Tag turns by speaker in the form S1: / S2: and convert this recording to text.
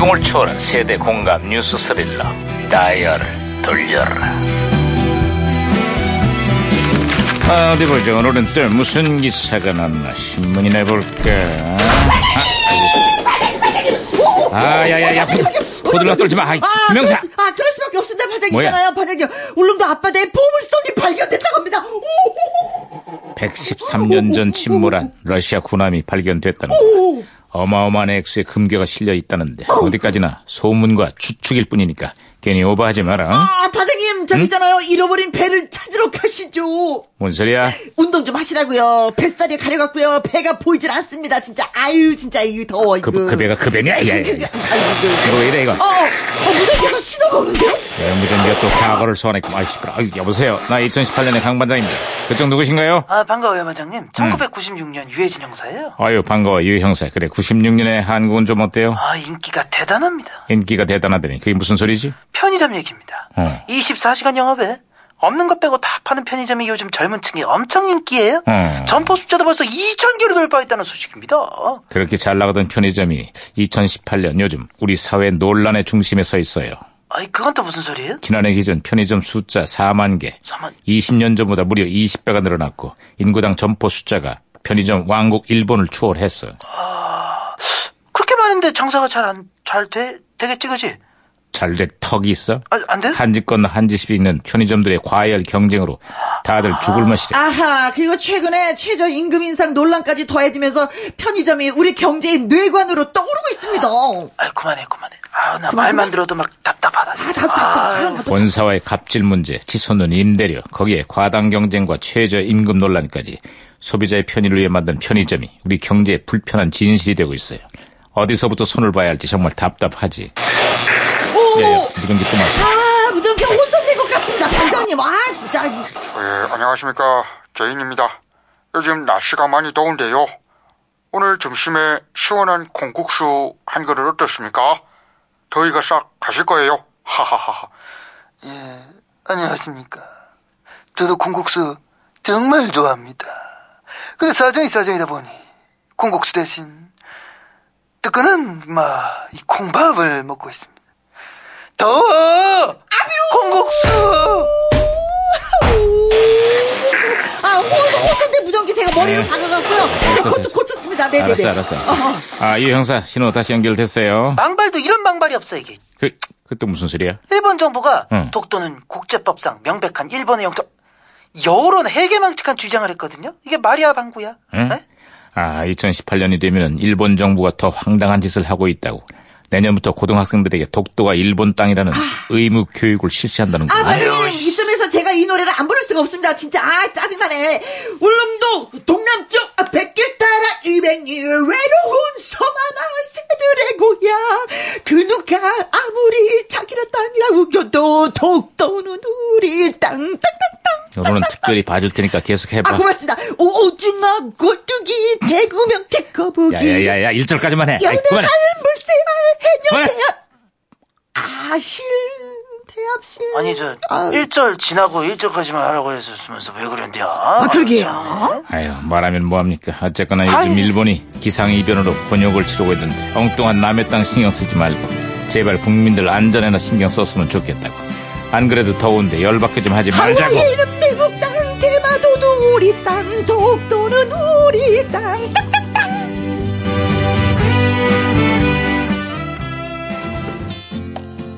S1: 폭풍을 초월한 세대 공감 뉴스 스릴러 다이얼을 돌려라 아, 어디 보자 오늘은 또 무슨 기사가 났나 신문이나 볼까 아, 야야야 호들갑 떨지 마 아이,
S2: 아,
S1: 명사
S2: 그럴, 수- 아, 그럴 수밖에 없습니다,
S1: 뭐야?
S2: 반장님잖아요, 반장님. 울릉도 앞바다에 보물선이 발견됐다고 합니다. 오, 오,
S1: 113년 전 침몰한 러시아 군함이 발견됐다는 거야. 어마어마한 액수의 금괴가 실려 있다는데 어디까지나 소문과 추측일 뿐이니까 괜히 오버하지 마라. 어? 응?
S2: 아, 반장님, 저기잖아요. 잃어버린 배를 찾으러 가시죠.
S1: 뭔 소리야?
S2: 운동 좀 하시라고요. 뱃살이 가려갔고요. 배가 보이질 않습니다. 진짜 아유, 진짜 이 더워 이거.
S1: 그, 그 배가 그 배냐? 야, 야, 야.
S2: 아이고.
S1: 이거 왜 이래 이거?
S2: 어, 어, 어, 무전기에서 신호가 오는데요?
S1: 네, 무전기가 또 사고를 소환했고 아이 시끄러. 아유, 여보세요. 나 2018년의 강 반장입니다. 그쪽 누구신가요?
S3: 아, 반가워요, 반장님. 1996년 유해진 형사예요.
S1: 아유 반가워 유 형사. 그래 96년에 한국은 좀 어때요?
S3: 아, 인기가 대단합니다.
S1: 인기가 대단하더니 그게 무슨 소리지?
S3: 편의점 얘기입니다.
S1: 어.
S3: 24시간 영업에 없는 것 빼고 다 파는 편의점이 요즘 젊은 층이 엄청 인기예요.
S1: 어.
S3: 점포 숫자도 벌써 2,000개를 돌파했다는 소식입니다.
S1: 그렇게 잘 나가던 편의점이 2018년 요즘 우리 사회 논란의 중심에 서 있어요.
S3: 아이, 그건 또 무슨 소리예요?
S1: 지난해 기준 편의점 숫자 4만 개,
S3: 4만.
S1: 20년 전보다 무려 20배가 늘어났고 인구당 점포 숫자가 편의점 왕국 일본을 추월했어.
S3: 그렇게 많은데 장사가 잘 안, 잘 돼, 되겠지, 그지?
S1: 잘돼 턱이 있어?
S3: 아, 안 돼?
S1: 한 집 건너 한 집이 있는 편의점들의 과열 경쟁으로 다들 죽을 맛이래.
S2: 아하, 그리고 최근에 최저임금 인상 논란까지 더해지면서 편의점이 우리 경제의 뇌관으로 떠오르고 있습니다. 아,
S3: 아이, 그만해, 그만해. 아, 나
S2: 그만,
S3: 말만
S2: 그만.
S3: 들어도 막 답답하다.
S2: 나도 답답해. 아, 나도
S1: 본사와의 갑질 문제, 치솟는 임대료, 거기에 과당 경쟁과 최저임금 논란까지 소비자의 편의를 위해 만든 편의점이 우리 경제의 불편한 진실이 되고 있어요. 어디서부터 손을 봐야 할지 정말 답답하지.
S2: 오,
S1: 예,
S2: 어.
S1: 예, 무전기 또 맞아.
S2: 아, 무전기가 혼선된 것 같습니다. 반장님, 아, 진짜.
S4: 예, 안녕하십니까. 제인입니다. 요즘 날씨가 많이 더운데요. 오늘 점심에 시원한 콩국수 한 그릇 어떻습니까? 더위가 싹 가실 거예요. 하하하하.
S3: 안녕하십니까. 저도 콩국수 정말 좋아합니다. 근데 사정이 사정이다 보니 콩국수 대신 뜨끈한 막이 콩밥을 먹고 있습니다. 더워! 콩국수!
S2: 아, 혼선, 혼선된 무전기 제가 머리를
S1: 네.
S2: 박아갖고요. 네,
S1: 예. 알았어,
S2: 고쳤,
S1: 알았어.
S2: 고쳤습니다. 네네네.
S1: 알았어, 알았어, 알았어.
S2: 어,
S1: 아, 이 형사 신호 다시 연결됐어요.
S3: 망발도 이런 망발이 없어 이게.
S1: 그, 그또 무슨 소리야?
S3: 일본 정부가
S1: 응.
S3: 독도는 국제법상 명백한 일본의 영토 여론 해괴망측한 주장을 했거든요. 이게 말이야 방구야.
S1: 응?
S3: 에?
S1: 아, 2018년이 되면 일본 정부가 더 황당한 짓을 하고 있다고. 내년부터 고등학생들에게 독도가 일본 땅이라는 의무 교육을 실시한다는
S2: 아,
S1: 거야.
S2: 반장님, 이쯤에서 제가 이 노래를 안 부를 수가 없습니다. 진짜, 아, 짜증나네. 울릉도, 동남쪽, 아, 백길 따라 200리 외로운 서만한 새들의 고향. 그 누가 아무리 자기네 땅이라 우겨도 독도는 우리 땅, 땅, 땅, 땅.
S1: 오늘은 특별히 봐줄 테니까 계속 해봐.
S2: 아, 고맙습니다. 오, 오징어, 고뚜기, 대구명, 태거북이.
S1: 야야야야, 1절까지만 해. 아이,
S2: 연을
S1: 그만해.
S2: 물세알
S1: 그만해.
S2: 해녀대합 아실 대합실
S3: 아니 저
S2: 아.
S3: 1절 지나고 1절까지만 하라고 했었으면서 왜 그랬대요?
S2: 아 그러게요
S1: 아유, 말하면 뭐합니까? 어쨌거나 요즘
S3: 아유.
S1: 일본이 기상이변으로 곤욕을 치르고 있는데 엉뚱한 남의 땅 신경 쓰지 말고 제발 국민들 안전에나 신경 썼으면 좋겠다고. 안 그래도 더운데 열받게 좀 하지 말자고.
S2: 하와이는 미국 땅 대마도도 우리 땅 독도는 우리 땅 땅,